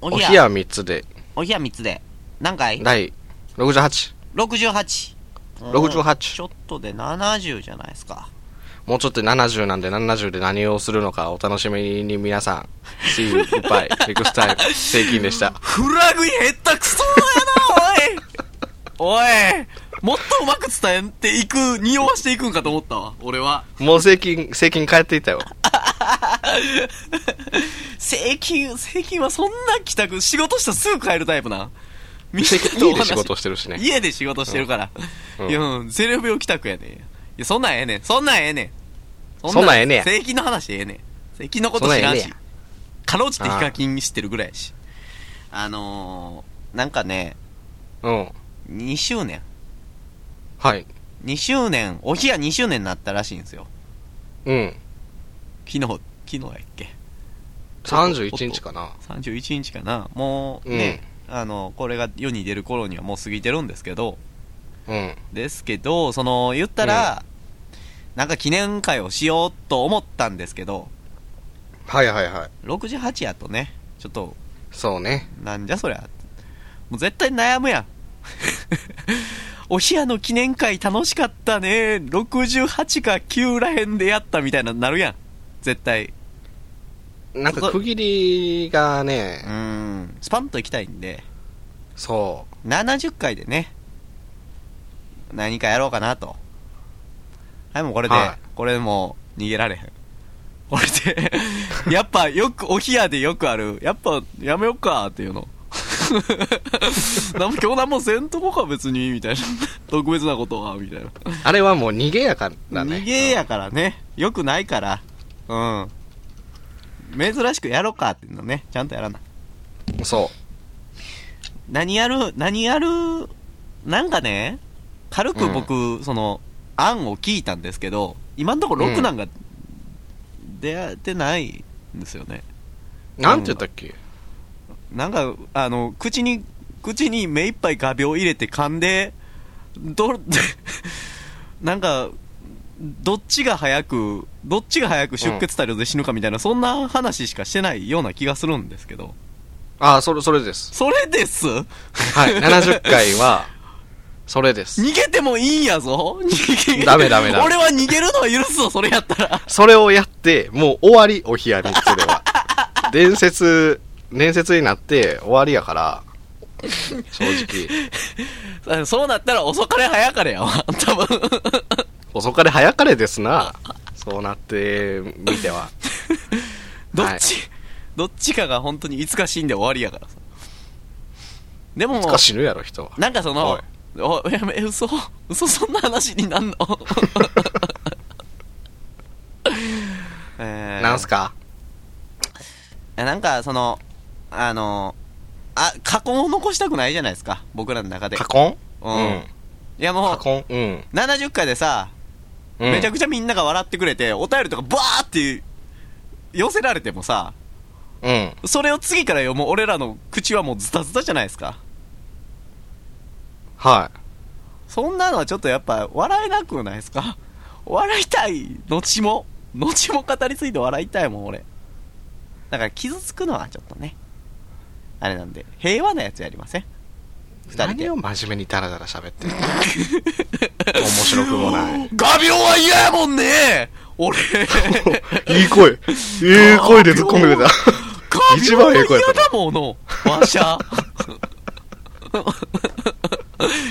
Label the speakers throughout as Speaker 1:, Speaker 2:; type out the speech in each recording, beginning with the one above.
Speaker 1: お
Speaker 2: お
Speaker 1: 冷
Speaker 2: 冷
Speaker 1: や、
Speaker 2: や3つで、
Speaker 1: お冷や3つで。何回
Speaker 2: 第68。
Speaker 1: ?68。
Speaker 2: 68
Speaker 1: ちょっとで70じゃないですか。
Speaker 2: もうちょっとで70なんで70で何をするのかお楽しみに皆さん。See you, goodbye, next time, 正金でした。
Speaker 1: フラグ減ったくそやな、お いおいもっとうまく伝えていく、匂わしていくんかと思ったわ、俺は。
Speaker 2: もう正金、正金帰っていたよ。
Speaker 1: 税金、税金はそんな帰宅、仕事したらすぐ帰るタイプな。みん
Speaker 2: 正
Speaker 1: な
Speaker 2: 金
Speaker 1: とお
Speaker 2: 家で
Speaker 1: 話
Speaker 2: 仕事してるしね。
Speaker 1: 家で仕事してるから。
Speaker 2: うん
Speaker 1: いや、うん、ゼロ秒帰宅やねん。いや、そんなんええねん。そんなんええねん。
Speaker 2: そんなんええねや
Speaker 1: 税金の話ええねん。税金のこと知らん
Speaker 2: そんなんええ
Speaker 1: し
Speaker 2: ね。
Speaker 1: かろうじてヒカキン知ってるぐらいやし。あのー、なんかね、
Speaker 2: うん。
Speaker 1: 2周年。
Speaker 2: はい。
Speaker 1: 2周年、お日や2周年になったらしいんですよ。
Speaker 2: うん。
Speaker 1: 昨日、昨日やっけ。
Speaker 2: 31日かな。
Speaker 1: 31日かな。もうね、あの、これが世に出る頃にはもう過ぎてるんですけど、
Speaker 2: うん。
Speaker 1: ですけど、その、言ったら、なんか記念会をしようと思ったんですけど、
Speaker 2: はいはいはい。
Speaker 1: 68やとね、ちょっと、
Speaker 2: そうね。
Speaker 1: なんじゃそりゃ。もう絶対悩むやん。 お冷やの記念会楽しかったね。68か9らへんでやったみたいな、なるやん。絶対。
Speaker 2: なんか
Speaker 1: そこ
Speaker 2: 区切りがね
Speaker 1: う、ーん。スパンと行きたいんで、
Speaker 2: そ
Speaker 1: 70回でね、何かやろうかなと。はい、もうこれで、
Speaker 2: はい
Speaker 1: これもう逃げられへん。これで、 やっぱよく、お冷やでよくある、やっぱやめよっかっていうの。 なんも今日何もせんとこか別に、みたいな。 特別なことは、みたいな。
Speaker 2: う。あれはもう逃げやかだね。
Speaker 1: 逃げやからね、よくないから、うん。珍しくやろうかっていうのね、ちゃんとやらな。
Speaker 2: うん。そ
Speaker 1: 何やる何やるなんかね軽く僕、その案を聞いたんですけど今のところ
Speaker 2: うん
Speaker 1: 6なんか出会ってないんですよね、
Speaker 2: う。なんて言ったっけ
Speaker 1: なんかあの口に口に目いっぱい画鋲入れて噛んでど なんかどっちが早くどっちが早く出血多量で死ぬかみたいな、そんな話しかしてないような気がするんですけど
Speaker 2: ああ、それ、それです。
Speaker 1: それです
Speaker 2: はい、70回は、それです。
Speaker 1: 逃げてもいいんやぞ逃げ
Speaker 2: ダメダメダメ
Speaker 1: 俺は逃げるのは許すぞ、それやったら。
Speaker 2: それをやって、もう終わり、お冷や3つでは。伝説、伝説になって終わりやから、正直。
Speaker 1: あそうなったら 遅かれ早かれやわ、多分。
Speaker 2: 遅かれ早かれですな。そうなってみては。
Speaker 1: どっち、どっちかが本当にいつか死んで終わりやからさ。でも
Speaker 2: いつ、か死ぬやろ、人は。
Speaker 1: なんかその、おやめ、嘘嘘そんな話になんの えー
Speaker 2: なんすか
Speaker 1: えなんかその、あの、あ、過去を残したくないじゃないですか、僕らの中で。
Speaker 2: 過婚
Speaker 1: うん
Speaker 2: うん。
Speaker 1: いやも
Speaker 2: 過
Speaker 1: う、
Speaker 2: 婚うん。
Speaker 1: 70回でさ、
Speaker 2: うん
Speaker 1: めちゃくちゃみんなが笑ってくれて、お便りとかバーって寄せられてもさ、
Speaker 2: うん。
Speaker 1: それを次から読む俺らの口はもうズタズタじゃないですか。
Speaker 2: はい。
Speaker 1: そんなのはちょっとやっぱ笑えなくないですか笑いたい、後も。後も語り継いで笑いたいもん、俺。だから傷つくのはちょっとね。あれなんで、平和なやつやりません二人で
Speaker 2: 何を真面目にダラダラ喋ってん の面白くもない。
Speaker 1: 画鋲は嫌やもんね俺。
Speaker 2: いい声。いい声で突っ込んでくれた。一番ええ声や
Speaker 1: 嫌
Speaker 2: ったな
Speaker 1: だもの、わしゃ。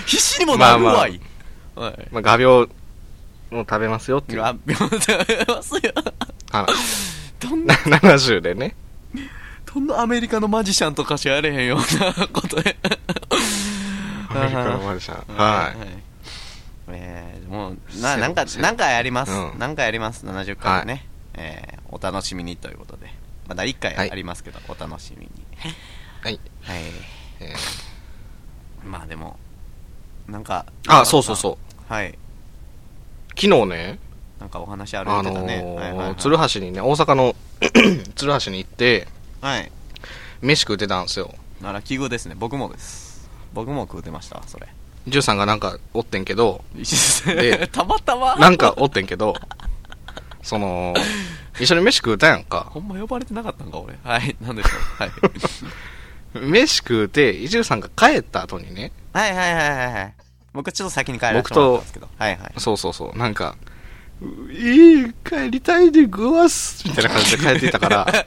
Speaker 1: 必死にもなるわい。はい。
Speaker 2: まあ、画鋲も食べますよっていう。
Speaker 1: あ、秒でますよ。
Speaker 2: 話
Speaker 1: どんな、
Speaker 2: 70でね。
Speaker 1: どんなアメリカのマジシャンとかしかやれへんようなことで。
Speaker 2: アメリカのマジシャン。は
Speaker 1: い。
Speaker 2: い。
Speaker 1: えー、もう、
Speaker 2: せ
Speaker 1: な、
Speaker 2: や
Speaker 1: なんか
Speaker 2: せ、や
Speaker 1: なんかやります。
Speaker 2: うん
Speaker 1: なんかやります。70回ね。えー、お楽しみにということで。まだ1回
Speaker 2: はい
Speaker 1: ありますけど、お楽しみに。
Speaker 2: はい。
Speaker 1: はい。
Speaker 2: え
Speaker 1: まあでも、なんか、
Speaker 2: あ、そうそうそう。
Speaker 1: う。はい。
Speaker 2: 昨日ね、
Speaker 1: なんかお話ある
Speaker 2: あ
Speaker 1: てた
Speaker 2: の
Speaker 1: ね。はいはいは
Speaker 2: ー、
Speaker 1: い
Speaker 2: 鶴橋にね、大阪の 鶴橋に行って、
Speaker 1: はい。
Speaker 2: 飯食うてたんですよ。
Speaker 1: なら奇遇ですね。僕もです。僕も食うてましたわ、それ。
Speaker 2: ジュさんがなんかおってんけど、で
Speaker 1: たまたま。
Speaker 2: なんかおってんけど、その、一緒に飯食うたやんか。
Speaker 1: ほんま呼ばれてなかったんか、俺。はい。なんでしょう。はい。
Speaker 2: 飯食うて、伊集さんが帰った後にね、
Speaker 1: はいはいはいはいはい。僕ちょっと先に帰らせてもらったんですけど。はいはい。
Speaker 2: そうそうそう、なんか、ういい、帰りたいでごわすみたいな感じで帰っていたから、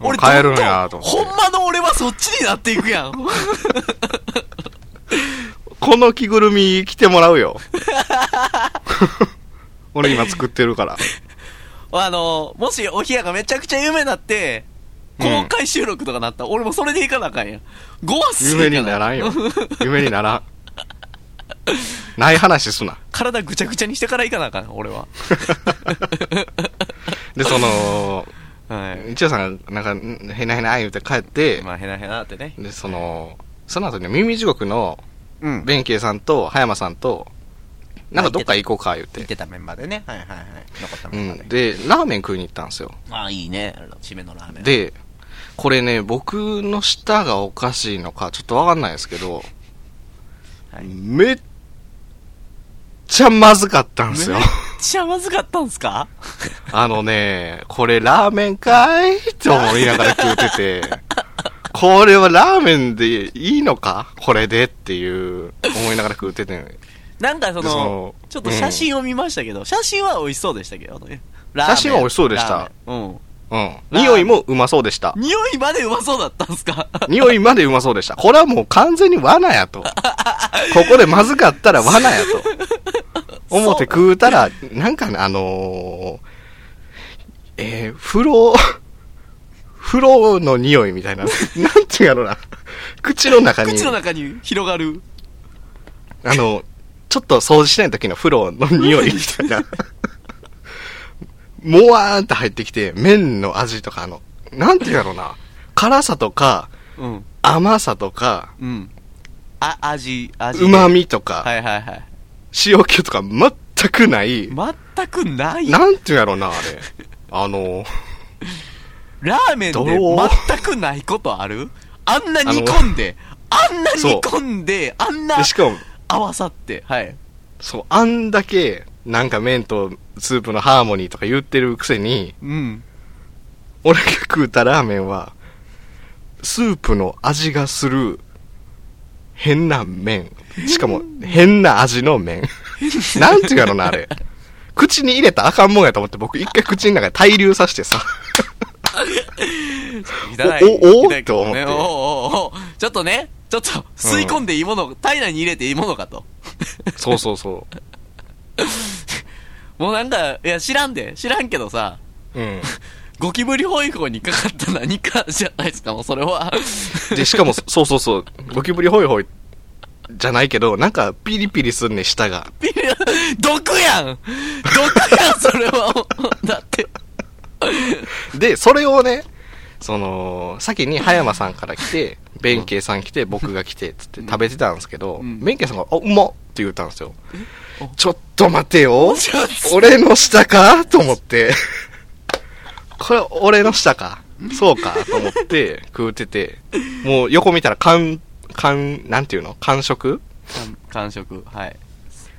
Speaker 2: もう帰るんやと思って
Speaker 1: ほんまの俺はそっちになっていくやん。
Speaker 2: この着ぐるみ着てもらうよ。 俺今作ってるから。
Speaker 1: あの、もしお部屋がめちゃくちゃ有名になって、公開収録とかなったら、俺もそれで行かなあかんやん。ごわす
Speaker 2: 夢にならんよ。夢にならん。ない話すな。
Speaker 1: 体ぐちゃぐちゃにしてから行かなあかん、俺は。
Speaker 2: で、その、
Speaker 1: はい。
Speaker 2: 一応さんが、なんかん、へなへな言うて帰って、
Speaker 1: まあ、へなへなってね。
Speaker 2: で、その、その後に耳地獄の
Speaker 1: うん。
Speaker 2: 弁慶さんと葉山さんと、なんかどっか行こうか言う。
Speaker 1: 行っててたメンバーでね。はいはいはい。残った
Speaker 2: う
Speaker 1: メンバーで。
Speaker 2: ん。で、ラーメン食いに行ったんですよ。
Speaker 1: ああ、いいね。締めのラーメン。、
Speaker 2: で、これね、僕の舌がおかしいのか、ちょっとわかんないですけど、
Speaker 1: はい
Speaker 2: めっちゃまずかったんですよ
Speaker 1: めっ。ちゃまずかったんすか
Speaker 2: あのね、これラーメンかいと思いながら食うてて、これはラーメンでいいのかこれでっていう思いながら食うてて、
Speaker 1: なんかその、
Speaker 2: でその
Speaker 1: ちょっと写真を見ましたけど、写真は美味しそうでしたけどね。ラーメン
Speaker 2: 写真は美味しそうでした。
Speaker 1: ラーメンうん。
Speaker 2: うん。匂いもうまそうでした。
Speaker 1: 匂いまでうまそうだったんすか
Speaker 2: 匂いまでうまそうでした。これはもう完全に罠やと。ここでまずかったら罠やと。思って食うたら、なんかね、あのー、えー、風呂、風呂の匂いみたいな。なんていうやろな。 口の中に、
Speaker 1: 口の中に広がる。
Speaker 2: あの、ちょっと掃除しない時の風呂の匂いみたいな。もわーんって入ってきて、麺の味とか、あの、なんていうやろな。辛さとか、
Speaker 1: うん。
Speaker 2: 甘さとか、
Speaker 1: うん。あ、味、味。
Speaker 2: うまみとか、
Speaker 1: はいはいはい。
Speaker 2: 塩気とか全くない、
Speaker 1: 全くない。ラ
Speaker 2: なんていうんやろな、あ れ。あの、
Speaker 1: ーメンで
Speaker 2: どう
Speaker 1: 全くないことあるあんな煮込んで、あんな煮込んで、あんな
Speaker 2: でしかも、
Speaker 1: 合わさって、はい。
Speaker 2: そう、あんだけ、なんか麺とスープのハーモニーとか言ってるくせに、
Speaker 1: うん。
Speaker 2: 俺が食うたラーメンは、スープの味がする、変な麺。しかも、変な味 の麺。なんていうんやろな、あれ。口に入れたらあかんもんやと思って、僕一回口の中で滞留させ てさ、
Speaker 1: いただい
Speaker 2: おおお
Speaker 1: いただい
Speaker 2: って思って
Speaker 1: ねおおおおちょっとね、ちょっと吸い込んでいいもの、体内に入れていいものかと。
Speaker 2: そうそうそ
Speaker 1: もうなんか、いや知らんで、知らんけどさ、
Speaker 2: う。うん。
Speaker 1: ゴキブリ保育法にかかった何かじゃないですか、もうそれは。
Speaker 2: で、しかも、そそうそうそう、ゴキブリホイホイじゃないけど、なんかピリピリすんね、舌が。
Speaker 1: ピリ毒やん毒やん、それはもう。だって。
Speaker 2: で、それをね、その、先に葉山さんから来て、弁慶さん来て、僕が来て、つって食べてたんですけど、
Speaker 1: うん
Speaker 2: 弁慶さんが、あ、うまっって言ったんですよ
Speaker 1: お。
Speaker 2: ちょっと待てよ
Speaker 1: ちょっ。
Speaker 2: 俺の舌かと思って。これ、俺の舌か。そうかと思って、食うてて、もう横見たら、完、完、なんていうの完食
Speaker 1: 完完食、はい。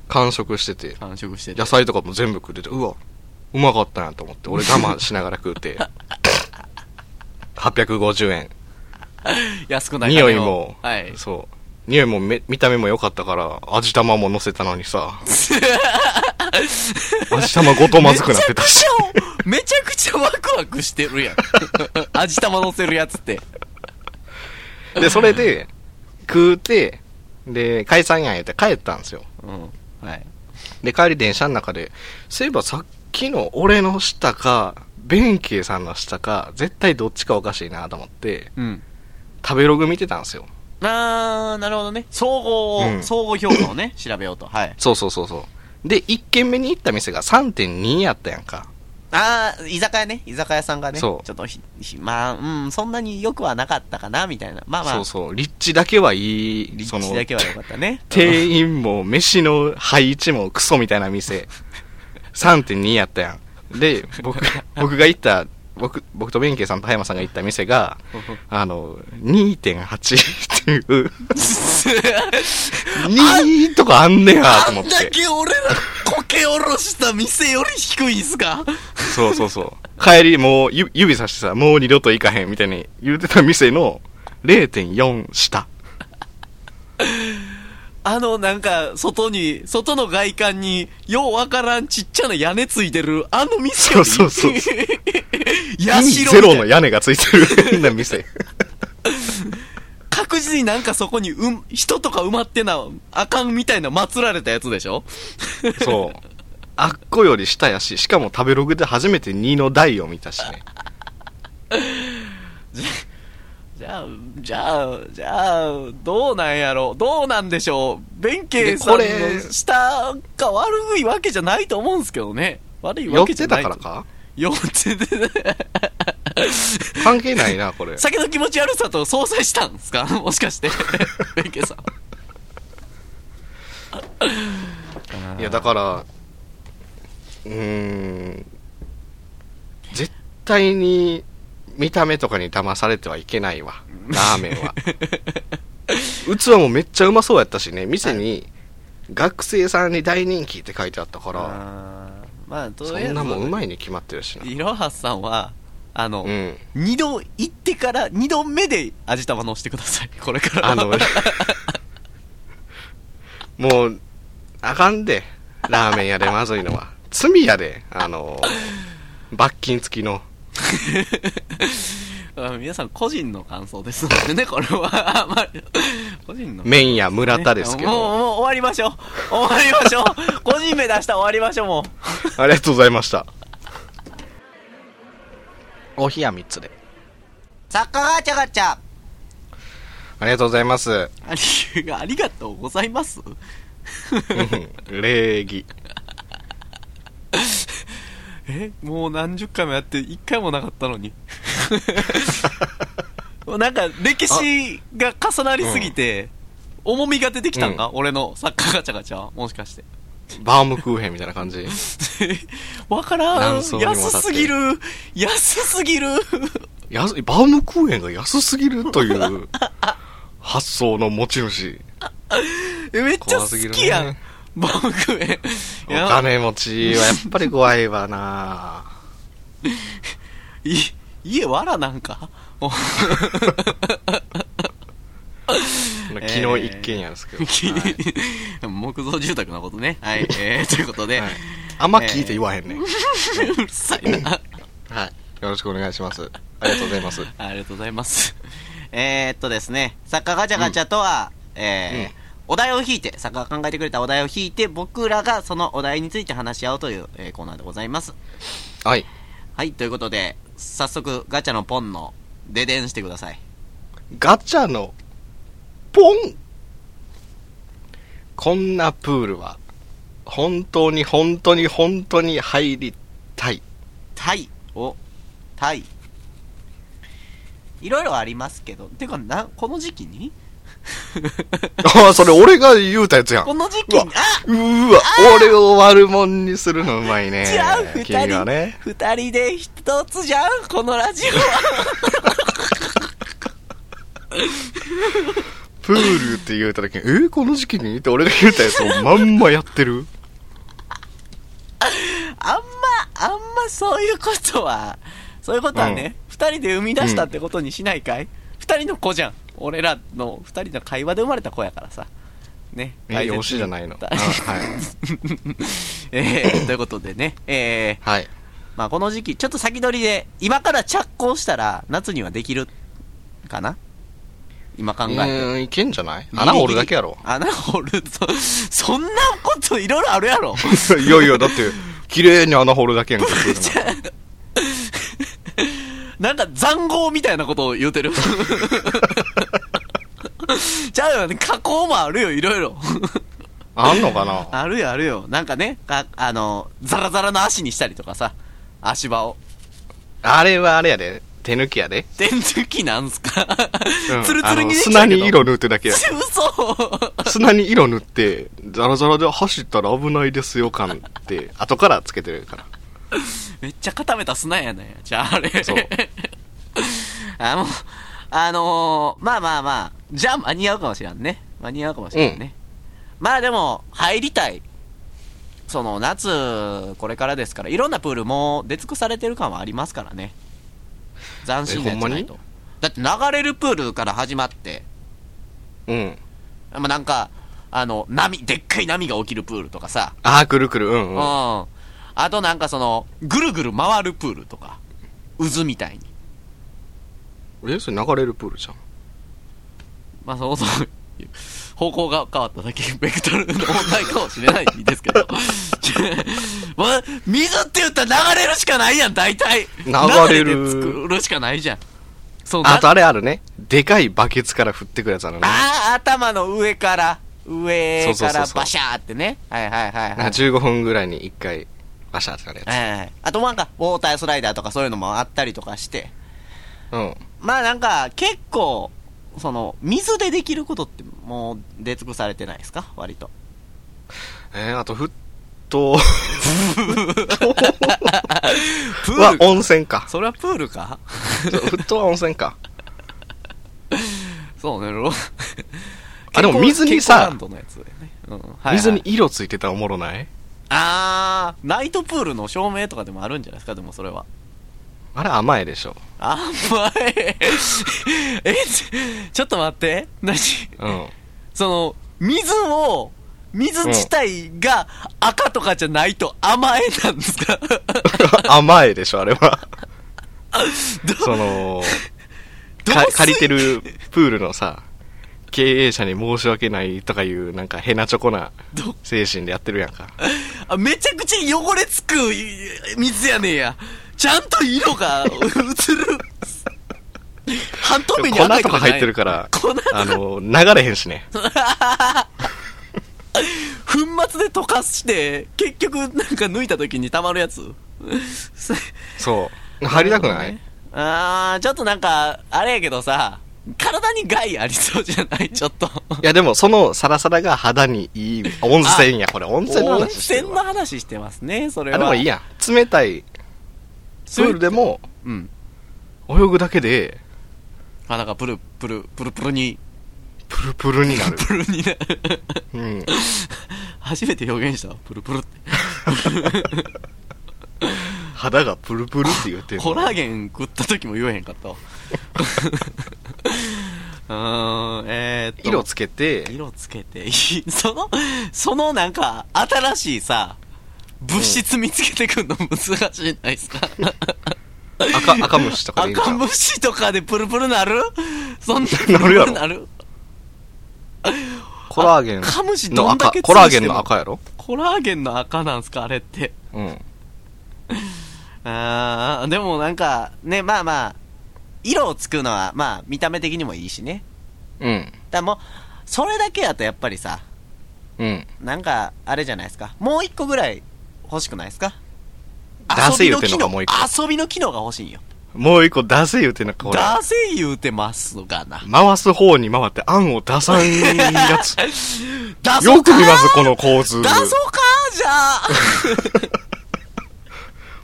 Speaker 2: 完食してて。
Speaker 1: 完食してて
Speaker 2: 野。菜とかも全部食っててうわうまかったなと思って俺我慢しながら食う て850円
Speaker 1: 安くない
Speaker 2: 匂いも、
Speaker 1: はい。
Speaker 2: そう匂いもめ見た目も良かったから味玉も乗せたのにさ 味玉ごとまずくなってたし
Speaker 1: めちゃくちゃ、めちゃくちゃワクワクしてるやん。味玉乗せるやつって。
Speaker 2: でそれで食うてで解散やん言って帰ったんですよ
Speaker 1: うん。はい。
Speaker 2: で帰り電車の中でそういえばさっきの俺の舌か弁慶さんの舌か絶対どっちかおかしいなと思って
Speaker 1: うん。
Speaker 2: 食べログ見てたんですよ
Speaker 1: あー、なるほどね。総合を、
Speaker 2: うん
Speaker 1: 総合評価をね、調べようと。はい。
Speaker 2: そうそうそうそう。で、1軒目に行った店が3.2やったやんか。
Speaker 1: あー、居酒屋ね。居酒屋さんがね。
Speaker 2: そう
Speaker 1: ちょっとひ、ひまあ、うん、そんなによくはなかったかな、みたいな。まあまあ、
Speaker 2: そうそう。立地だけはいい。
Speaker 1: 立
Speaker 2: その
Speaker 1: 地だけはよかったね。
Speaker 2: 店員も、飯の配置もクソみたいな 店。3.2やったやん。で、僕、僕が行った、僕、僕と弁慶さんと葉山さんが行った店が、 あの、2.8っていう、2とかあんねやと
Speaker 1: あ
Speaker 2: 思っ
Speaker 1: んだ
Speaker 2: て。
Speaker 1: け俺らこけおろした店より低いんすか
Speaker 2: そうそうそう。帰りもうゆ指さしてさ、もう二度と行かへんみたいに言うてた店の0.4下。
Speaker 1: あの、なんか、外に、外の外観に、ようわからんちっちゃな屋根ついてる、あの店より
Speaker 2: そうそ うそうそ
Speaker 1: 社
Speaker 2: 意味
Speaker 1: みた
Speaker 2: ゼ
Speaker 1: いな
Speaker 2: ロの屋根がついてる変な 店。
Speaker 1: 確実になんかそこに、うん、人とか埋まってな、あかんみたいな祀られたやつでしょ
Speaker 2: そう。あっこより下やし、しかも食べログで初めて2の台を見たしね。
Speaker 1: じゃあ、じゃあ、じゃあ、どうなんやろどうなんでしょう弁慶さん
Speaker 2: こ
Speaker 1: の
Speaker 2: れ
Speaker 1: 下が悪いわけじゃないと思うんですけどね。悪い
Speaker 2: 寄
Speaker 1: わ
Speaker 2: っ
Speaker 1: けじ
Speaker 2: て
Speaker 1: ゃな
Speaker 2: た
Speaker 1: い。
Speaker 2: からか
Speaker 1: 寄ってて、
Speaker 2: 関係ないな、これ。
Speaker 1: 酒の気持ち悪さと相殺したんです かもしかして。弁慶さん。
Speaker 2: いや、だから、うーん、絶対に見た目とかに騙されてはいけないわ、ラーメン は。器もめっちゃうまそうやったしね、店に、学生さんに大人気って書いてあったから、
Speaker 1: あーまあ、と
Speaker 2: そ
Speaker 1: りあえず、
Speaker 2: んなもんうまいに決まってるしな。
Speaker 1: いろはさんは、あの、
Speaker 2: うん。
Speaker 1: 二度行ってから、二度目で味玉のしてください。これからは。
Speaker 2: あの、 もう、あかんで、ラーメン屋でまずいのは。罪やで、あの、罰金付きの。
Speaker 1: あ皆さん個人の感想ですのでね、これは。あまり、個人の、
Speaker 2: 麺や村田ですけ
Speaker 1: もう、
Speaker 2: ど。
Speaker 1: もう終わりましょう。終わりましょう。 個人名出したら終わりましょう、もう。
Speaker 2: ありがとうございました。お冷や3つで。
Speaker 1: 作家ガチャガチャ。
Speaker 2: ありがとうございます。
Speaker 1: あり、ありがとうございます。
Speaker 2: うん礼儀。
Speaker 1: え、もう何十回もやって、一回もなかったの に。もうなんか、歴史が重なりすぎて、重みが出てきたんか、俺の作家ガチャガチャは。もしかして。
Speaker 2: バームクーヘンみたいな感じ。
Speaker 1: わからん。
Speaker 2: 何層にもわたって
Speaker 1: 安すぎる。安すぎる。
Speaker 2: やすバームクーヘンが安すぎるという発想の持ち主。
Speaker 1: えめっちゃ好きやん、
Speaker 2: 怖すぎるね
Speaker 1: バウムクーヘン
Speaker 2: お
Speaker 1: いや
Speaker 2: 金持ちはやっぱり怖いわな
Speaker 1: い家わらなんか お
Speaker 2: 昨日一軒家で すけど。はい
Speaker 1: 木造住宅のことねはい、えー、ということで、
Speaker 2: はいあんま聞いて言わへんねん。
Speaker 1: うるさいな
Speaker 2: はい。よろしくお願いします。ありがとうございます。
Speaker 1: ありがとうございますえー、っとですね作家ガチャガチャとは、えーお題を引いて、作家が考えてくれたお題を引いて、僕らがそのお題について話し合おうという、えーコーナーでございます。
Speaker 2: はい。
Speaker 1: はい、ということで、早速、ガチャのポンの、ででんしてください。
Speaker 2: ガチャの、ポンこんなプールは、本当に本当に本当に入りたい。
Speaker 1: タイをタイいろいろありますけどてかなこの時期 に
Speaker 2: ああ、それ俺が言うたやつやん。
Speaker 1: こ
Speaker 2: う
Speaker 1: の時期に
Speaker 2: ーわ、俺を悪者にするのうまいね。
Speaker 1: あ違う二
Speaker 2: 君
Speaker 1: 人
Speaker 2: はね。
Speaker 1: 二人で一つじゃんこのラジオは
Speaker 2: プールって言うた時に、えーこの時期にって俺が言うたやつをまんまやってる。
Speaker 1: あんまあんまそういうことはそういうことはね、二人で生み出したってことにしないかい、二人の子じゃん俺らの二人の会話で生まれた子やからさね
Speaker 2: えー、推しじゃないの。あ
Speaker 1: 大切に
Speaker 2: はい。
Speaker 1: えーということでねえー、
Speaker 2: はい。
Speaker 1: まあこの時期、ちょっと先取りで、今から着工したら夏にはできるかな今考
Speaker 2: う
Speaker 1: えて。
Speaker 2: ーん、いけんじゃない穴掘るだけやろ。
Speaker 1: 穴掘ると、そんなこといろいろあるやろ。
Speaker 2: いやいや、だって、綺麗に穴掘るだけやんか、プールなんて
Speaker 1: なんか残壕みたいなことを言うてる。 じゃあよね、加工もあるよ、いろい ろ。
Speaker 2: あんのかな
Speaker 1: あるよ、あるよ。なんかね、かあの、ザラザラの足にしたりとかさ、足場を。
Speaker 2: あれはあれやで。手抜きやで。
Speaker 1: 電抜きなんすか、
Speaker 2: うん
Speaker 1: ツルツルにできたけど
Speaker 2: あの砂に色塗ってだけや。
Speaker 1: 嘘
Speaker 2: 砂に色塗って、ザラザラで走ったら危ないですよ感 って、後からつけてるから。
Speaker 1: めっちゃ固めた砂やねじゃああれ
Speaker 2: そう
Speaker 1: あもうあのー、まあまあまあじゃあ間に合うかもしらんね間に合うかもしらんね、まあでも入りたいその夏これからですからいろんなプールもう出尽くされてる感はありますからね斬新なやつないと
Speaker 2: え
Speaker 1: だって流れるプールから始まって、
Speaker 2: うん。
Speaker 1: まあ、なんか、あの、波、でっかい波が起きるプールとかさ、
Speaker 2: ああ、くるくる、うん
Speaker 1: う。
Speaker 2: うんん。
Speaker 1: あとなんかその、ぐるぐる回るプールとか、渦みたいに。
Speaker 2: え、それ流れるプールじゃん。
Speaker 1: まあ、その、その方向が変わっただけ、ベクトルの問題かもしれないんですけど。 まあ、水って言ったら流れるしかないやん、大体。
Speaker 2: 流れる
Speaker 1: 流で作るしかないじゃん。そう
Speaker 2: あと
Speaker 1: な
Speaker 2: あれあるね。でかいバケツから振ってくるやつあるね。
Speaker 1: あー頭の上から、上
Speaker 2: そうそう
Speaker 1: か
Speaker 2: そう
Speaker 1: ら
Speaker 2: そう
Speaker 1: バシャーってね。はいはいはい、
Speaker 2: なんか
Speaker 1: はい。
Speaker 2: 15分ぐらいに1回、バシャーってなるや
Speaker 1: はいはいあとなんか、ウォータースライダーとかそういうのもあったりとかして。
Speaker 2: つ。うん。
Speaker 1: まあなんか、結構、その、水でできることってもう出尽くされてないですか割と。
Speaker 2: えー、あと、沸騰
Speaker 1: プ
Speaker 2: は温泉か。
Speaker 1: それはプールか
Speaker 2: 沸騰は温泉か。
Speaker 1: そうね、ロ
Speaker 2: あでも水にさ
Speaker 1: 健康ランドのやつだよねうんはいはい
Speaker 2: 水に色ついてたらおもろない
Speaker 1: あー、ナイトプールの照明とかでもあるんじゃないですか、でもそれは。
Speaker 2: あれ甘いでしょ。
Speaker 1: あんまい。え、ちちょっと待って。なし、
Speaker 2: うん。
Speaker 1: その、水を、水自体が赤とかじゃないと甘えなんです か
Speaker 2: 甘いでしょ、あれは。
Speaker 1: ど
Speaker 2: その、
Speaker 1: どう
Speaker 2: か
Speaker 1: す
Speaker 2: 借りてるプールのさ、経営者に申し訳ないとかいう、なんかヘナチョコな
Speaker 1: ど
Speaker 2: 精神でやってるやんか。
Speaker 1: あめちゃくちゃ汚れつくい水やねんや。ちゃんと色が 映る。半透明に
Speaker 2: 粉
Speaker 1: 赤い
Speaker 2: と
Speaker 1: じ
Speaker 2: か
Speaker 1: ゃない
Speaker 2: 入ってるから、
Speaker 1: 粉とか
Speaker 2: あの、流れへんしね。
Speaker 1: 粉末で溶かして、結局なんか抜いた時に溜まるやつ。
Speaker 2: そう。入りたくない、
Speaker 1: あー、ちょっとなんか、あれやけどさ、体に害ありそうじゃないち ょっと。
Speaker 2: いやでも、そのサラサラが肌にいい、温泉や、これ温泉の
Speaker 1: 温
Speaker 2: 話して
Speaker 1: 泉
Speaker 2: る
Speaker 1: の
Speaker 2: わ。
Speaker 1: 話してますね、それは。
Speaker 2: あ、でもいいやん。冷たいプールでも、
Speaker 1: うん。
Speaker 2: 泳ぐだけで、
Speaker 1: あ、なんかプル、プル、プルプルに、
Speaker 2: プルプルになる。
Speaker 1: プルになる。
Speaker 2: うん。
Speaker 1: 初めて表現したわプルプルって。
Speaker 2: 肌がプルプルって言ってる。
Speaker 1: コラーゲン食った時も言えへんかった わうーんえー、っと
Speaker 2: 色つけて、
Speaker 1: 色つけていいそのそのなんか新しいさ物質見つけてくんの難しいないですか
Speaker 2: 赤、赤虫とかでいいんち
Speaker 1: 赤
Speaker 2: ゃう
Speaker 1: 虫とかでプルプルなるそんなプル
Speaker 2: な
Speaker 1: プ
Speaker 2: るやろ
Speaker 1: ルなる
Speaker 2: コラーゲン
Speaker 1: 赤虫
Speaker 2: の
Speaker 1: どんだ
Speaker 2: 赤
Speaker 1: け、
Speaker 2: コラーゲン
Speaker 1: 潰しても
Speaker 2: の赤やろ
Speaker 1: コラーゲンの赤なんすかあれって
Speaker 2: うん。
Speaker 1: あーでもなんかねまあまあ色をつくのはまあ見た目的にもいいしね
Speaker 2: うん。
Speaker 1: だからもうそれだけやとやっぱりさ
Speaker 2: うん。
Speaker 1: なんかあれじゃないですかもう一個ぐらい欲しくないですか
Speaker 2: ダセ
Speaker 1: 遊びの
Speaker 2: 言うてん
Speaker 1: 機
Speaker 2: の
Speaker 1: 能
Speaker 2: かもう一
Speaker 1: 遊びの機能が欲しいんよ
Speaker 2: もう一個出せ言うてんのか、俺。
Speaker 1: ダセ言うてますがな
Speaker 2: 回す方に回って、あんを出さんや つ。
Speaker 1: ダ
Speaker 2: よく見ます、こ
Speaker 1: の
Speaker 2: の構図
Speaker 1: 出。そうかじゃあ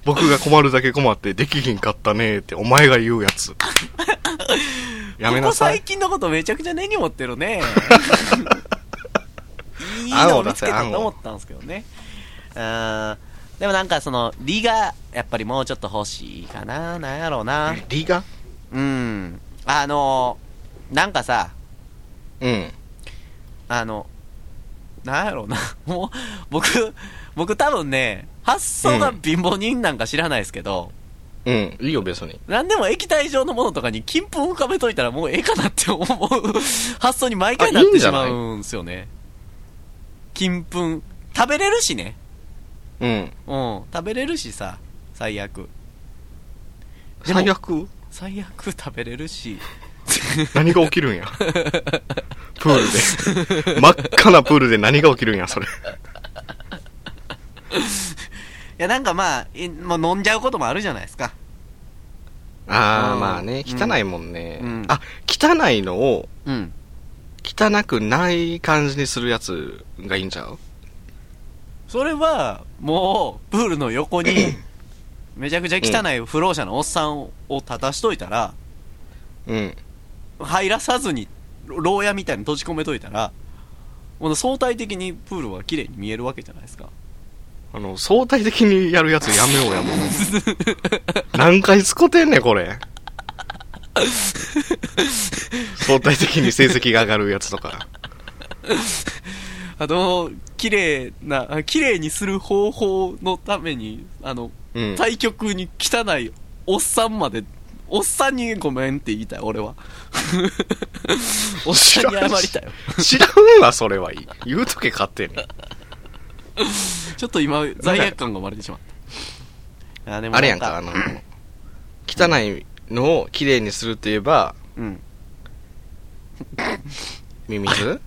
Speaker 2: 僕が困るだけ困って、できひんかったねって、お前が言う やつ。 やめ
Speaker 1: こ
Speaker 2: な
Speaker 1: こ
Speaker 2: さい
Speaker 1: 最。近のことめちゃくちゃ根に持ってる ねいい
Speaker 2: 案
Speaker 1: の
Speaker 2: を
Speaker 1: を見
Speaker 2: 出
Speaker 1: つ
Speaker 2: せ
Speaker 1: けたと思ったんですけどねうーんでもなんかその理がやっぱりもうちょっと欲しいかななんやろうな
Speaker 2: リガ
Speaker 1: うん。あのー、なんかさ、
Speaker 2: うん。
Speaker 1: あの、なんやろうな。 もう、僕、僕多分ね、発想が貧乏人なんか知らないですけど、
Speaker 2: うん。いいよ、別に。
Speaker 1: なんでも液体状のものとかに金粉浮かべといたらもうええかなって思う発想に毎回なっ
Speaker 2: あいいん
Speaker 1: て
Speaker 2: じ
Speaker 1: し
Speaker 2: ゃな
Speaker 1: ま
Speaker 2: い
Speaker 1: うんですよね。金粉。食べれるしね。
Speaker 2: うん。
Speaker 1: うん。食べれるしさ、最悪。でも
Speaker 2: 最悪
Speaker 1: 最悪食べれるし。
Speaker 2: 何が起きるん や。プールで。真っ赤なプールで何が起きるんや、それ。
Speaker 1: いや、なんかまあ、えまあ、飲んじゃうこともあるじゃないですか。
Speaker 2: あ
Speaker 1: う
Speaker 2: ー、
Speaker 1: ん
Speaker 2: まあね。汚いもんね
Speaker 1: うん。
Speaker 2: あ、汚いのを、
Speaker 1: うん。
Speaker 2: 汚くない感じにするやつがいいんちゃう
Speaker 1: それは、もう、プールの横に、めちゃくちゃ汚い不老者のおっさんを立たしといたら、
Speaker 2: うん。
Speaker 1: 入らさずに、牢屋みたいに閉じ込めといたら、この相対的にプールは綺麗に見えるわけじゃないですか。
Speaker 2: あの、相対的 にやるやつやめようや、もう。何回使ってんねん、これ。相対的に成績が上がるやつとか。
Speaker 1: あの、綺麗な、あ綺麗にする方法のために、あの、
Speaker 2: うん。
Speaker 1: 対局に汚いおっさんまで、おっさんにごめんって言いたい、俺 は。おっさんに謝りたいわ。
Speaker 2: 知らねえわ、それはいい。言うとけ勝手に。
Speaker 1: ちょっと今、罪悪感が生まれてしまった。あでも
Speaker 2: あれやんか、あの、汚いのを綺麗にするといえば、
Speaker 1: うん。
Speaker 2: ミミ ズ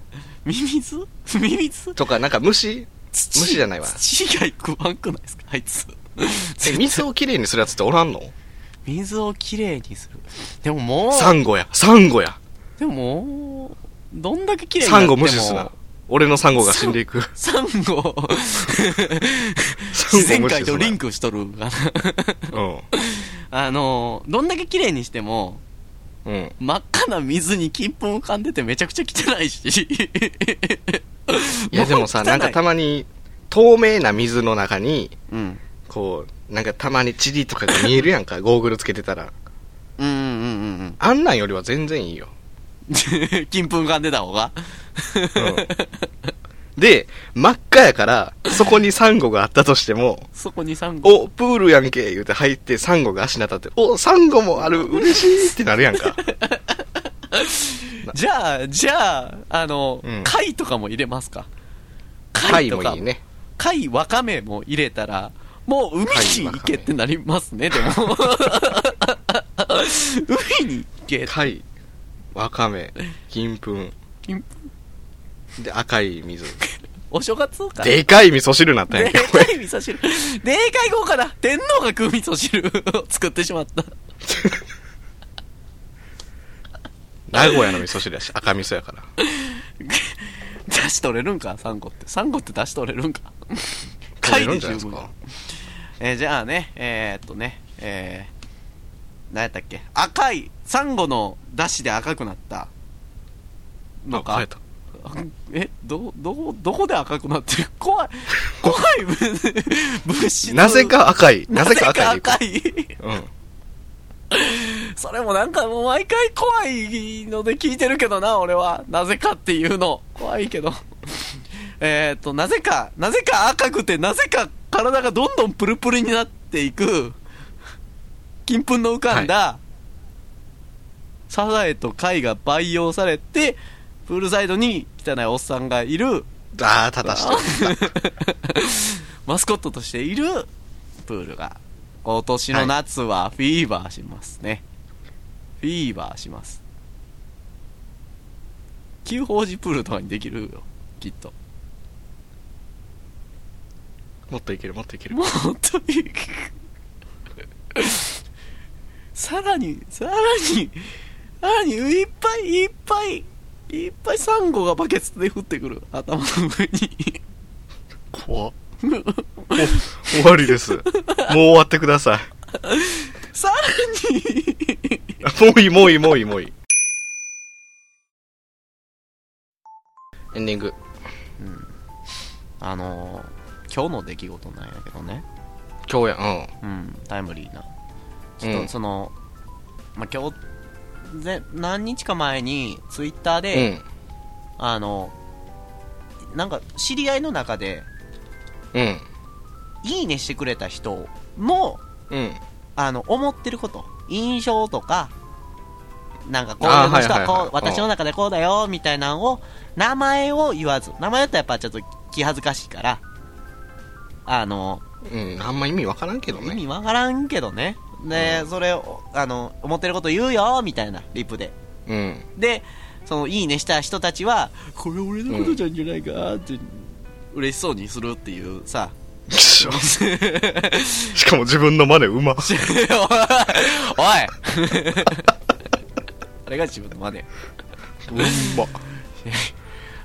Speaker 1: ミミズ ミミズ
Speaker 2: とか、なんか虫
Speaker 1: 土
Speaker 2: 虫じゃないわ
Speaker 1: 土以外食わんくないですかあいつ。
Speaker 2: え、水を綺麗にするやつっておらんの
Speaker 1: 水をきれいにする。でもも
Speaker 2: サ
Speaker 1: う、
Speaker 2: ンゴや、サンゴや。
Speaker 1: でももう、どんだけきれいになって
Speaker 2: サン
Speaker 1: も
Speaker 2: ゴ無視すな。俺のサンゴが死んでいく。
Speaker 1: サ ンゴ、
Speaker 2: サン
Speaker 1: 自
Speaker 2: ゴ
Speaker 1: 然
Speaker 2: 無視
Speaker 1: 界
Speaker 2: す
Speaker 1: と
Speaker 2: な。
Speaker 1: リンクしとるがな。
Speaker 2: うん。
Speaker 1: あの、どんだけ綺麗にしても、
Speaker 2: うん。
Speaker 1: 真っ赤な水に金粉浮かんでてめちゃくちゃ汚いし。
Speaker 2: いやでもさ、
Speaker 1: う汚い
Speaker 2: なんかたまに、透明な水の中に、
Speaker 1: うん。
Speaker 2: こう、なんかたまにチリとかが見えるやん か、ゴーグルつけてたら。
Speaker 1: うんうんうん
Speaker 2: あんなんよりは全然いいよ。
Speaker 1: うん。 金粉浮かんでた方が。
Speaker 2: うん。で、真っ赤やから、そこにサンゴがあったとしても、
Speaker 1: そこにサンゴ。
Speaker 2: お、プールやんけ、言うて入って、サンゴが足に当たって、お、サンゴもある、嬉しいってなるやんか。
Speaker 1: じゃあ、じゃあ、あの、
Speaker 2: うん
Speaker 1: 貝とかも入れますか。
Speaker 2: 貝
Speaker 1: 貝と
Speaker 2: も
Speaker 1: か、
Speaker 2: いいね。
Speaker 1: 貝わかめも入れたら、もう海に行けってなりますね、でも。海に行け。
Speaker 2: 貝、わかめ、金粉、
Speaker 1: 金
Speaker 2: で、赤い水。
Speaker 1: お正月かな
Speaker 2: でかい味噌汁なったや
Speaker 1: で
Speaker 2: んけ。
Speaker 1: かい味噌汁。でかい豪華だ。天皇が食う味噌汁を 作ってしまった。
Speaker 2: 名古屋の味噌汁やし、赤味噌やから。
Speaker 1: 出し取れるんかサンゴって。サンゴって出し取れるんか
Speaker 2: 取
Speaker 1: 貝
Speaker 2: れるん
Speaker 1: で
Speaker 2: じゃないです
Speaker 1: 十分
Speaker 2: か。。
Speaker 1: えーじゃあね、えーっとね、えー、何やったっけ赤い、サンゴの出汁で赤くなったの
Speaker 2: あ
Speaker 1: か。
Speaker 2: 変えた。
Speaker 1: え、ど、ど、どこで赤くなってる怖い、怖 い物物質。
Speaker 2: なぜ、か赤い。な
Speaker 1: な
Speaker 2: ぜ
Speaker 1: ぜ
Speaker 2: か
Speaker 1: か
Speaker 2: 赤いでいく
Speaker 1: 赤い。
Speaker 2: うん。
Speaker 1: それもなんかもう毎回怖いので聞いてるけどな、俺は。なぜかっていうの。怖いけど。 えーっと、なぜか、なぜか赤くて、なぜか体がどんどんプルプルになっていく、金粉の浮かんだ、サザエと貝が培養されて、プールサイドに汚いおっさんがいる、
Speaker 2: あー、立たしてる。
Speaker 1: マスコットとしているプールが、今年の夏はフィーバーしますね。フィーバーします。旧法寺プールとかにできるよ、きっと。
Speaker 2: もっといける、もっといける。
Speaker 1: もうとにかくさらに、さらに、さらに、いっぱいいっぱい、いっぱいサンゴがバケツで降ってくる。頭の上に。
Speaker 2: 怖っお終わりです。もう終わってください。
Speaker 1: さらに、
Speaker 2: もういい、もういい、もういい、もういい。エンディング。
Speaker 1: あのー今日の出来事なんやけどね、
Speaker 2: 今日や、
Speaker 1: うん、タイムリーな。
Speaker 2: う
Speaker 1: ち
Speaker 2: ん。
Speaker 1: ょっ
Speaker 2: うん
Speaker 1: と。その、まあ、今日、ぜ何日か前に、ツイッター
Speaker 2: う
Speaker 1: で、
Speaker 2: ん。
Speaker 1: あの、なんか、知り合いの中で、
Speaker 2: うん。
Speaker 1: いいねしてくれた人の、
Speaker 2: うん。
Speaker 1: あの、思ってること、印象とか、なんかこう
Speaker 2: あ
Speaker 1: い
Speaker 2: ー
Speaker 1: うの人
Speaker 2: はい
Speaker 1: は
Speaker 2: はいはい
Speaker 1: こう、私の中でこうだよ、みたいなのを、名前を言わず、名前だったらやっぱちょっと気恥ずかしいから、あの、
Speaker 2: うん。あんま意味わからんけど
Speaker 1: 意
Speaker 2: ね。
Speaker 1: 味わからんけどね。で、それを、あの、思ってること言うよ、みたいな、リプで。
Speaker 2: うん。
Speaker 1: で、その、いいねした人たちは、これ俺のことじゃんじゃないか、って、嬉しそうにするっていう さ。
Speaker 2: しかも自分の 真似うま。
Speaker 1: おいおい あれが自分のマネ。
Speaker 2: うんま。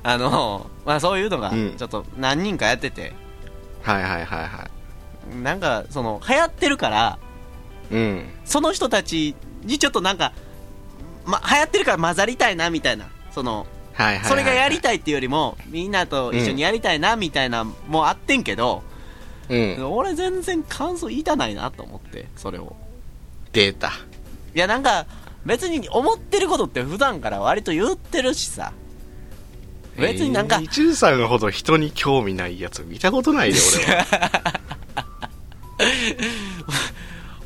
Speaker 1: あの、まあそういうのが
Speaker 2: うん、
Speaker 1: ちょっと何人かやってて、
Speaker 2: はいはいはいは
Speaker 1: なんか、その、流行ってるから、
Speaker 2: い。うん。
Speaker 1: その人たちにちょっとなんか、ま、流行ってるから混ざりたいな、みたいな。その、
Speaker 2: はいはいはい。
Speaker 1: それがやりたいっていうよりも、みんなと一緒にやりたいな、みたいな、もうあってんけど、
Speaker 2: うん。
Speaker 1: 俺全然感想言いたないなと思って、それを。
Speaker 2: データ。
Speaker 1: いや、なんか、別に思ってることって普段から割と言ってるしさ別になんか
Speaker 2: えー一途さんほど人に興味ないやつ見たことないで、俺は。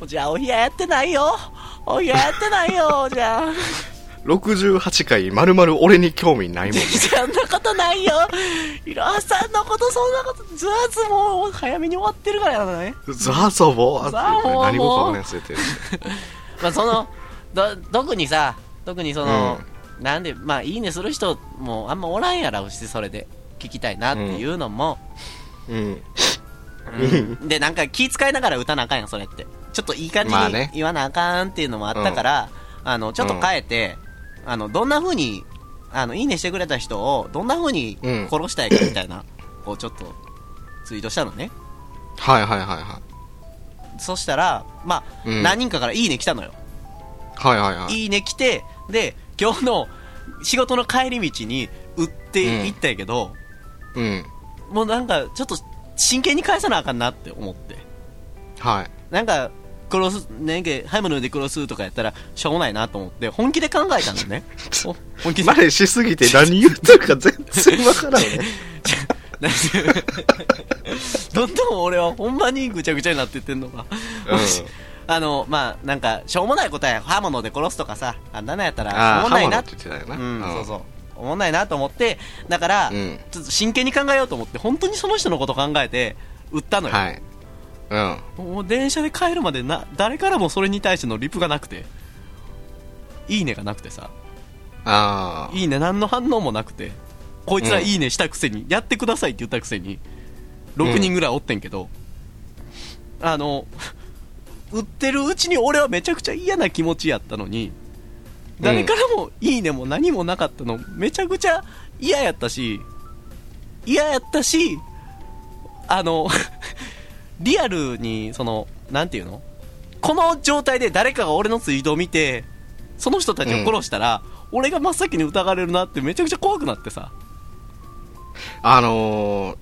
Speaker 1: じゃあお部屋やってないよお部屋やってないよじゃあ
Speaker 2: 68回、まるまる俺に興味 ないもん。
Speaker 1: そんなことないよいろはさんのことそんなことずーずもう早めに終わってるからね
Speaker 2: ザそぼうって
Speaker 1: ザボー
Speaker 2: 何もかもね、忘れてる。
Speaker 1: まあそのど特にさ特にその、なんでまあいいねする人もあんまおらんやろうしそれで聞きたいなっていうのも、
Speaker 2: うん。
Speaker 1: うんでなんか気遣いながら歌なあかんやんそれってちょっといい感じ
Speaker 2: まあ
Speaker 1: に
Speaker 2: ね
Speaker 1: 言わなあかんっていうのもあったから、あのちょっと変えて、あのどんな風にあのいいねしてくれた人をどんな風に
Speaker 2: うん
Speaker 1: 殺したいかみたいな、こうちょっとツイートしたのね
Speaker 2: はいはいはいは
Speaker 1: そしたらまあ、
Speaker 2: うん
Speaker 1: 何人かから「いいね」来たのよ
Speaker 2: い。はいはいはい。
Speaker 1: いいね来て、で、今日の仕事の帰り道に売っていったんやけど、
Speaker 2: うん。
Speaker 1: もうなんかちょっと真剣に返さなあかんなって思って。
Speaker 2: はい。
Speaker 1: なんか、クロス、ねんけ、ハイムの腕クロスとかやったら、しょうもないなと思って、本気で考えたんだね。お本気で
Speaker 2: マ。ネしすぎて何言ってるか全然わからんね。
Speaker 1: どんどん俺はほんまにぐちゃぐちゃになってってんのか。
Speaker 2: う
Speaker 1: あの、まあ、なんか、しょうもない答え、刃物で殺すとかさ、 あんなのやった
Speaker 2: ん。
Speaker 1: ら、しょ
Speaker 2: あ
Speaker 1: うも
Speaker 2: あ、
Speaker 1: な
Speaker 2: ハ
Speaker 1: い
Speaker 2: マ
Speaker 1: な
Speaker 2: っ
Speaker 1: って
Speaker 2: て言ってたよな。
Speaker 1: うん、そうそう。思んないなと思って、だから、
Speaker 2: うん
Speaker 1: ちょっと真剣に考えようと思って、本当にその人のこと考えて、売ったのよ。
Speaker 2: はい。うん。
Speaker 1: もう電車で帰るまでな、誰からもそれに対してのリプがなくて、いいねがなくてさ、
Speaker 2: ああ。
Speaker 1: いいね何の反応もなくて、こいつら
Speaker 2: うん
Speaker 1: いいねしたくせに、やってくださいって言ったくせに、6人ぐらいおってんけど、あの、売ってるうちに俺はめちゃくちゃ嫌な気持ちやったのに、誰からもいいねも何もなかったの、めちゃくちゃ嫌やったし、嫌やったし、あの、リアルに、その、なんていうのこの状態で誰かが俺のツイートを見て、その人たちを殺したら、俺が真っ先に疑われるなってめちゃくちゃ怖くなってさ。
Speaker 2: あの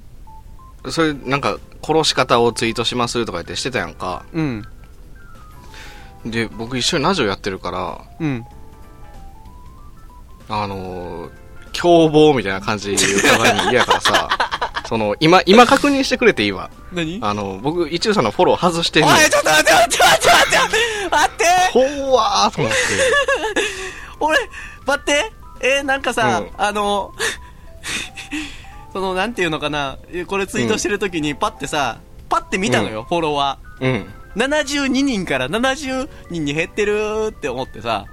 Speaker 2: ー、それ、なんか、殺し方をツイートしますとか言ってしてたやんか。
Speaker 1: うん。
Speaker 2: で、僕一緒にラジオやってるから、
Speaker 1: うん。
Speaker 2: あのー、凶暴みたいな感じで疑いに嫌やから さ、その、今、今確認してくれていいわ。
Speaker 1: 何
Speaker 2: あの、僕、一応さんのフォロー外してん
Speaker 1: お
Speaker 2: の。
Speaker 1: い、ちょっと待って待って待って待って待って
Speaker 2: ほわーと思って。
Speaker 1: 俺、待ってえー、なんかさ、
Speaker 2: うん
Speaker 1: あの、 その、なんていうのかな、えこれツイートしてる時にパッてさ、パッて見たのよ、フォロワー。
Speaker 2: うん。
Speaker 1: 72人から70人に減ってるって思ってさ。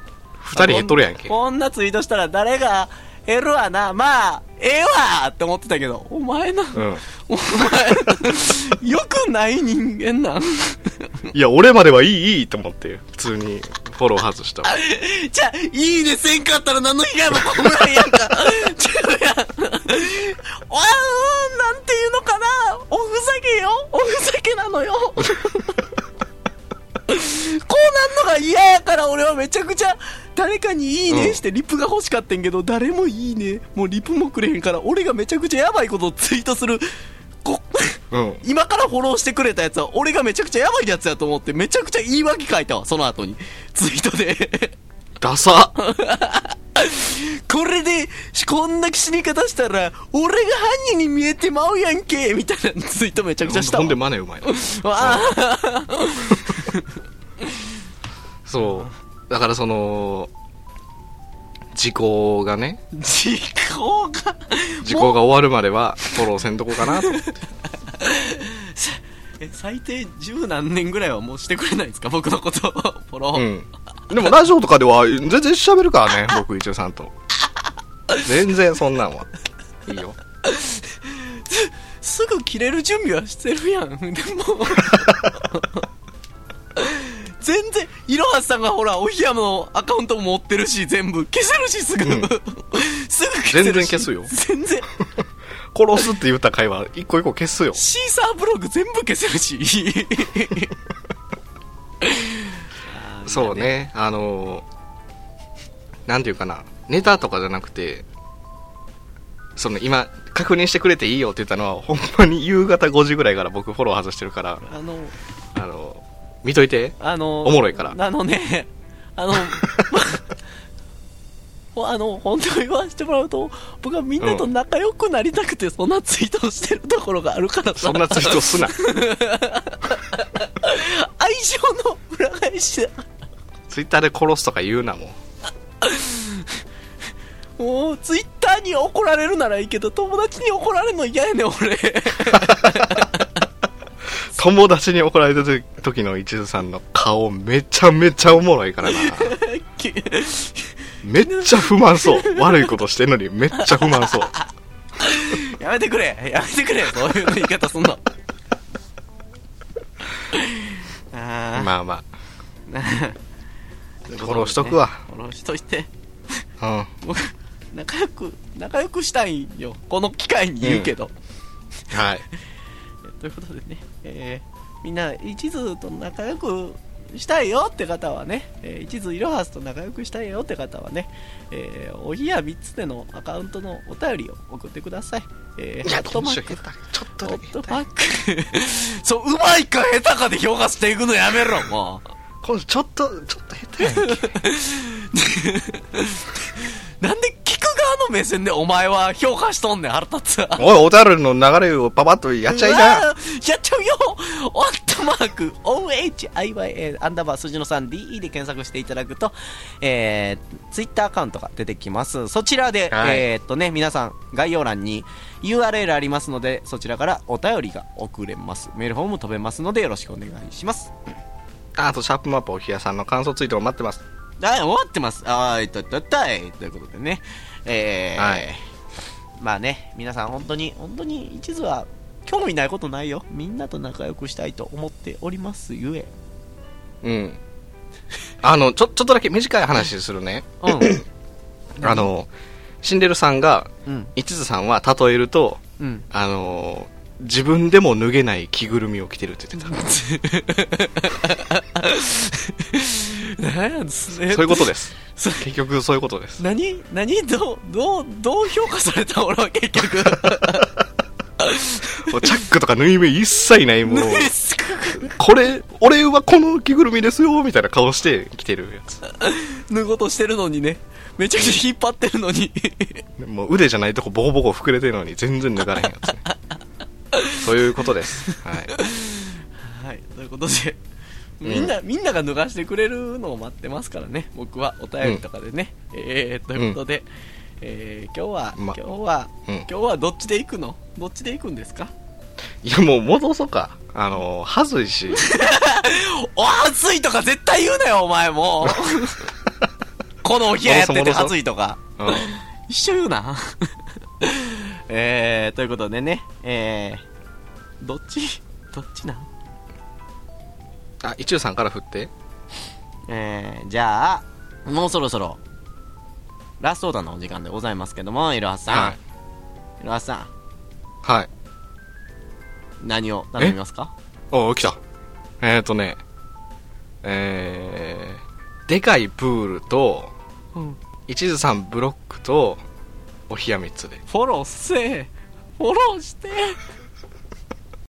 Speaker 2: 二人減っとるやんけ。
Speaker 1: こんなツイートしたら誰が減るわな、まあ、ええわって思ってたけど、お前な、
Speaker 2: うん。
Speaker 1: お前、よくない人間なん。
Speaker 2: いや、俺まではいい、いいと思って、普通にフォロー外したわ。
Speaker 1: じゃあ、いいねせんかったら何の被害も来ないやんか。 ちゃうやん。 おあーなんていうのかな、おふざけよ。おふざけなのよ。 こうなんのが嫌やから俺はめちゃくちゃ誰かにいいねしてリプが欲しかったんけど、誰もいいね、もうリプもくれへんから俺がめちゃくちゃやばいことをツイートする。こ
Speaker 2: うん。
Speaker 1: 今からフォローしてくれたやつは俺がめちゃくちゃやばいやつやと思ってめちゃくちゃ言い訳書いたわその後にツイートで
Speaker 2: ダサ
Speaker 1: これでこんな死に方したら俺が犯人に見えてまうやんけみたいなツイートめちゃくちゃした
Speaker 2: ほ
Speaker 1: わ
Speaker 2: んでマネうまいな。
Speaker 1: あー
Speaker 2: そう。だからその、時効がね、
Speaker 1: 時効が
Speaker 2: 時効が終わるまではフォローせんとこかなと 思って。
Speaker 1: え最低十何年ぐらいはもうしてくれないですか僕のことをフォロ
Speaker 2: う
Speaker 1: ー、
Speaker 2: ん。でもラジオとかでは全然喋 るからね、僕一応さんと。全然そんなんは。いいよ。
Speaker 1: すぐ切れる準備はしてるやんで も全然いろはさんがほらおひやのアカウントも持ってるし全部消せる しすぐ、
Speaker 2: うん
Speaker 1: すぐ消せるし
Speaker 2: 全然消すよ
Speaker 1: 全然
Speaker 2: 殺すって言った回は一個一個消すよ。
Speaker 1: シーサーブログ全部消せるし
Speaker 2: そうね、あのーなんていうかな、ネタとかじゃなくて、その今、確認してくれていいよって言ったのは、ほんまに夕方5時ぐらいから僕フォロー外してるから、
Speaker 1: あの
Speaker 2: あのー見といて。
Speaker 1: あの
Speaker 2: おもろいから
Speaker 1: あのねあ の、ほあの、本当に言わせてもらうと、僕はみんなと仲良くなりたくて、そんなツイートをしてるところがあるからさ、
Speaker 2: そんなツイートすな。
Speaker 1: 愛情の裏返しだ。
Speaker 2: ツイッターで殺すとか言うな、もう。
Speaker 1: もう、ツイッターに怒られるならいいけど、友達に怒られるの嫌やねん、俺。
Speaker 2: 友達に怒られた時の一途さんの顔めちゃめちゃおもろいからな。
Speaker 1: き
Speaker 2: めっちゃ不満そう。悪いことしてんのにめっちゃ不満そう。
Speaker 1: やめてくれやめてくれそういう言い方すんの。あ
Speaker 2: まあまあ。
Speaker 1: あ。
Speaker 2: フォローしと くわ。
Speaker 1: フォローしといて。
Speaker 2: うん。
Speaker 1: 僕、仲良く、仲良くしたいんよ。この機会に言うけど。
Speaker 2: はい。
Speaker 1: ということでね、えーみんな一途と仲良くしたいよって方はね、えー一途いろはすと仲良くしたいよって方はね、えーおひや3つでのアカウントのお便りを送ってください。えー、
Speaker 2: いや、
Speaker 1: ホッ
Speaker 2: ど
Speaker 1: ト
Speaker 2: う
Speaker 1: マー
Speaker 2: しよ
Speaker 1: ク
Speaker 2: う下手だちょっと
Speaker 1: ホ
Speaker 2: だ
Speaker 1: ッ
Speaker 2: け
Speaker 1: ト
Speaker 2: 下
Speaker 1: パッ
Speaker 2: 手。
Speaker 1: ク そう、うまいか下手かで評価していくのやめろ、もう。
Speaker 2: 今度ちょっと、ちょっと下手やんけ。
Speaker 1: なんで聞く側の目線でお前は評価しとんねん、腹立つわ。
Speaker 2: おい、おたるの流れをパパッとやっちゃいな。
Speaker 1: うわーやっちゃうよオットマーク OHIYA アンダーバー数字の 3DE で検索していただくと、えー、ツイッターアカウントが出てきますそちらで、
Speaker 2: はい
Speaker 1: えーっとね皆さん概要欄に URL ありますのでそちらからお便りが送れますメールフォーム飛べますのでよろしくお願いします
Speaker 2: あと、シャープマップおひやさんの感想ツイートも待ってます。
Speaker 1: あ終わってますあーいとっとっといということでねえー
Speaker 2: はい
Speaker 1: まあね皆さん本当に本当に一途は興味ないことないよみんなと仲良くしたいと思っておりますゆえ
Speaker 2: うん。 あの、ちょ、ちょっとだけ短い話するね。
Speaker 1: う
Speaker 2: あの、シンデレさんが、
Speaker 1: ん。うん。
Speaker 2: 一途さんは例えると、
Speaker 1: うん。
Speaker 2: あのー自分でも脱げない着ぐるみを着てるって言ってた。
Speaker 1: 何やんすね
Speaker 2: そういうことです。
Speaker 1: そ
Speaker 2: 結局 そういうことです。
Speaker 1: 何何どう、どう、どう評価された俺は結局。
Speaker 2: チャックとか縫い目一切ない もう、
Speaker 1: す
Speaker 2: これ、俺はこの着ぐるみですよ、みたいな顔して着てるやつ。
Speaker 1: 脱ごうとしてるのにね。めちゃくちゃ引っ張ってるのに。
Speaker 2: もう腕じゃないとこボコボコ膨れてるのに全然脱がれへんやつね。そういうことです。はい。
Speaker 1: はい。ということで、みんな、みんなが脱がしてくれるのを待ってますからね。僕はお便りとかでね。えー、ということで、えー、今日は、
Speaker 2: ま
Speaker 1: 今日は、
Speaker 2: うん
Speaker 1: 今日はどっちで行くのどっちで行くんですか
Speaker 2: いや、もう戻そうか。あのー、はずいし、
Speaker 1: お暑いとか絶対言うなよお前もうこのお部屋やってて
Speaker 2: 戻そう戻そう
Speaker 1: 暑いとか
Speaker 2: うん
Speaker 1: 一緒言うな えー、ということでねえー、どっち どっちなん
Speaker 2: あ、一応さんから振って。
Speaker 1: えー、じゃあもうそろそろラストオーダーのお時間でございますけどもいろはさ
Speaker 2: は
Speaker 1: んいろはさ
Speaker 2: い。はい。
Speaker 1: ん何を頼みますか
Speaker 2: おう来た。えーとね、えー、でかいプールと、
Speaker 1: うん
Speaker 2: 一途さんブロックとお冷や3つで
Speaker 1: フォローせえフォローして